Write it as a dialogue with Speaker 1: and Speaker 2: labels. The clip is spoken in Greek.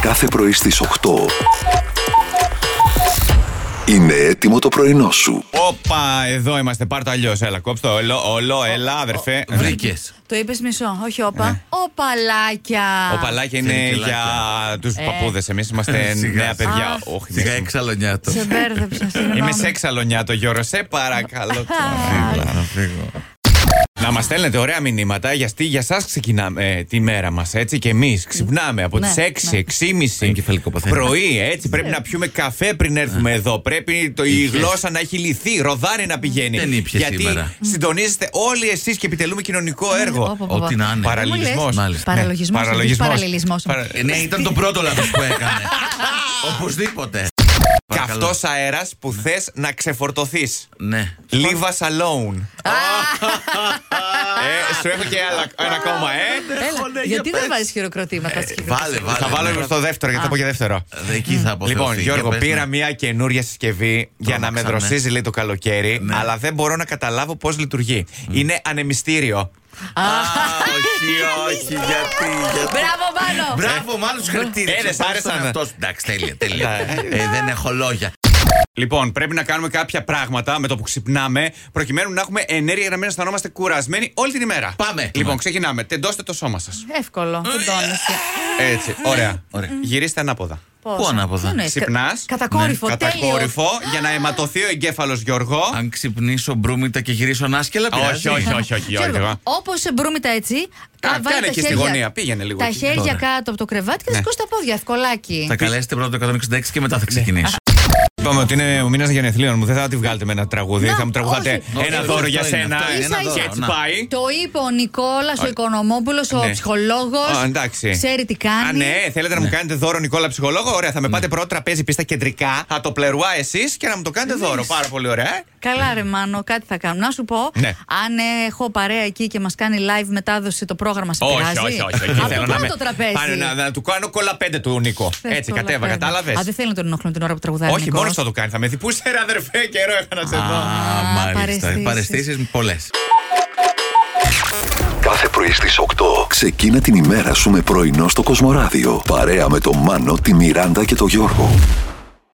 Speaker 1: κάθε πρωί στις 8. Είναι έτοιμο το πρωινό σου.
Speaker 2: Όπα, εδώ είμαστε. Πάρ' το αλλιώς. Έλα, κόψ' το όλο, όλο, έλα, αδερφέ. Ναι.
Speaker 3: Βρήκες.
Speaker 4: Το είπες μισό, όχι όπα. Οπαλάκια.
Speaker 2: Ο παλάκια είναι
Speaker 3: Θερικελάκια.
Speaker 2: για του παππούδες. Εμείς είμαστε
Speaker 3: Σιγά.
Speaker 2: νέα παιδιά.
Speaker 4: Α.
Speaker 2: Όχι,
Speaker 3: Σιγά
Speaker 2: ναι.
Speaker 3: εξαλονιάτο.
Speaker 4: Σε μπέρδεψα, συγγνώμη. ναι.
Speaker 2: Είμαι σε ξαλονιά το Γιώργο. Σε παρακαλώ.
Speaker 3: Έλα, να φύγω.
Speaker 2: Να μας στέλνετε ωραία μηνύματα γιατί για εσά ξεκινάμε ε, τη μέρα μας, έτσι. Και εμείς ξυπνάμε από τις
Speaker 4: Ναι,
Speaker 2: 6, 6.30
Speaker 3: Εγκεφαλικό παθαίνει.
Speaker 2: πρωί, έτσι. Πρέπει να πιούμε καφέ πριν έρθουμε εδώ. Πρέπει το, η
Speaker 3: Ναι. Ήπιες.
Speaker 2: γλώσσα να έχει λυθεί, ροδάνει να πηγαίνει.
Speaker 3: Δεν ήπιες
Speaker 2: Γιατί
Speaker 3: σήμερα. Ναι,
Speaker 2: συντονίζεστε όλοι εσείς και επιτελούμε κοινωνικό έργο.
Speaker 4: Όπα, όπα, όπα.
Speaker 3: Ό,τι να είναι.
Speaker 4: Παραλ-
Speaker 2: Παραλληλισμό.
Speaker 4: λες. Μάλιστα. Παραλογισμός,
Speaker 3: Ναι.
Speaker 2: Παραλογισμό.
Speaker 4: παραλληλισμός.
Speaker 3: Ε, Ναι, ήταν το πρώτο λάθος που έκανε. Οπωσδήποτε.
Speaker 2: Και
Speaker 3: Παρακαλώ.
Speaker 2: αυτός αέρας που θες να ξεφορτωθείς.
Speaker 3: Ναι.
Speaker 2: Leave us alone. Ε, Σου έχω και άλλα- ένα ακόμα, ε.
Speaker 4: Έλα, γιατί δεν βάζεις χειροκροτήματα στις
Speaker 3: Ε, Βάλε, βάλε.
Speaker 2: Θα βάλω στο δεύτερο γιατί θα πω και δεύτερο.
Speaker 3: Ε, Εκεί θα αποθεωθεί.
Speaker 2: Λοιπόν,
Speaker 3: Για
Speaker 2: Γιώργο,
Speaker 3: πες,
Speaker 2: πήρα
Speaker 3: ναι.
Speaker 2: μια καινούρια συσκευή για να με
Speaker 3: Τρόμαξα, ναι.
Speaker 2: δροσίζει λέει το καλοκαίρι,
Speaker 3: Ναι.
Speaker 2: αλλά δεν μπορώ να καταλάβω πώς λειτουργεί. Είναι ανεμιστήριο.
Speaker 3: Α, όχι, όχι, γιατί. γιατί.
Speaker 4: Μπράβο, Μάνο!
Speaker 3: Μπράβο, μάλλον του χαρακτήρε.
Speaker 2: Ε, δεν σ' άρεσαν.
Speaker 3: Εντάξει, τέλεια, τέλεια.
Speaker 2: Ναι.
Speaker 3: Ε, Δεν έχω λόγια.
Speaker 2: Λοιπόν, πρέπει να κάνουμε κάποια πράγματα με το που ξυπνάμε, προκειμένου να έχουμε ενέργεια να μην αισθανόμαστε κουρασμένοι όλη την ημέρα.
Speaker 3: Πάμε.
Speaker 2: Λοιπόν,
Speaker 3: Πάμε.
Speaker 2: ξεκινάμε. Τεντώστε το σώμα σας.
Speaker 4: Εύκολο, τεντώνεσαι.
Speaker 2: Έτσι, ωραία.
Speaker 3: Ωραία.
Speaker 2: Γυρίστε ανάποδα.
Speaker 4: Πώς?
Speaker 3: Πού ανάποδα?
Speaker 4: Τι εννοείς, κα-
Speaker 2: Ξυπνά.
Speaker 4: Κατακόρυφο, τέλειο.
Speaker 2: Κατακόρυφο για να αιματωθεί ο εγκέφαλος, Γιώργο.
Speaker 3: Αν ξυπνήσω μπρούμητα και γυρίσω ανάσκελα, πειράζει.
Speaker 2: Όχι, όχι, όχι, όχι.
Speaker 4: Γιώργο,
Speaker 2: όχι.
Speaker 4: όπως μπρούμητα έτσι,
Speaker 2: Κα-
Speaker 4: α, βάλε
Speaker 2: κάνε
Speaker 4: τα
Speaker 2: εκεί στη
Speaker 4: χέρια-
Speaker 2: γωνία, πήγαινε λίγο
Speaker 4: Τα
Speaker 2: εκεί.
Speaker 4: χέρια
Speaker 3: Ωραία.
Speaker 4: κάτω από το κρεβάτι και θα σηκώσει τα πόδια, ευκολάκι.
Speaker 3: Θα καλέσετε πρώτα το 166 και μετά
Speaker 2: Ναι.
Speaker 3: θα ξεκινήσω.
Speaker 2: Είπαμε ότι είναι ο μήνας γενεθλίων μου. Δεν θα τη βγάλετε με ένα τραγούδι.
Speaker 4: Να,
Speaker 2: θα μου τραγουδάτε
Speaker 4: όχι.
Speaker 2: ένα
Speaker 3: Όχι,
Speaker 2: δώρο
Speaker 3: αυτό
Speaker 2: για
Speaker 3: είναι,
Speaker 2: σένα.
Speaker 3: αυτό
Speaker 4: είναι, ένα Ίσα-ίσα.
Speaker 2: Και
Speaker 4: δώρο,
Speaker 2: έτσι
Speaker 3: να.
Speaker 2: πάει.
Speaker 4: Το είπε ο Νικόλας, ο
Speaker 2: Α,
Speaker 4: Οικονομόπουλος, ο
Speaker 2: ναι.
Speaker 4: ψυχολόγος.
Speaker 2: Α, εντάξει.
Speaker 4: Ξέρει τι
Speaker 2: Α,
Speaker 4: κάνει.
Speaker 2: ναι, θέλετε να μου κάνετε δώρο Νικόλα ψυχολόγο. Ωραία, θα με πάτε πρώτο τραπέζι πίστα κεντρικά. Θα το πλερουά εσείς και να μου το κάνετε
Speaker 4: Ναι.
Speaker 2: δώρο. Πάρα πολύ ωραία. ε.
Speaker 4: Καλά, ρε Μάνο, κάτι θα κάνω. Να σου πω,
Speaker 2: Ναι.
Speaker 4: αν έχω παρέα εκεί και μας κάνει live μετάδοση το πρόγραμμα, σε
Speaker 2: Όχι,
Speaker 4: πειράζει.
Speaker 2: όχι, όχι.
Speaker 4: Από
Speaker 2: όχι. Θέλω
Speaker 4: το
Speaker 2: να,
Speaker 4: πρώτο
Speaker 2: με...
Speaker 4: τραπέζι.
Speaker 2: Πάνω να, να του κάνω κολλά πέντε του Νίκο.
Speaker 4: Θες
Speaker 2: Έτσι,
Speaker 4: το
Speaker 2: κατέβα,
Speaker 4: λατρεύμα.
Speaker 2: κατάλαβες.
Speaker 4: Α, δεν θέλω να τον ενοχλούν την ώρα που τραγουδάει. ο
Speaker 2: Όχι,
Speaker 4: Νικόλας.
Speaker 2: μόνο θα το κάνει. Θα με διπούσε, ρε αδερφέ, καιρό είχα να σε δω.
Speaker 3: Α, μάλιστα.
Speaker 4: παρεστήσεις.
Speaker 3: Παρεστήσεις πολλές.
Speaker 1: Κάθε πρωί στις 8. Ξεκίνα την ημέρα σου με πρωινό στο Κοσμοράδιο. Παρέα με τον Μάνο, τη Μιράντα και τον Γιώργο.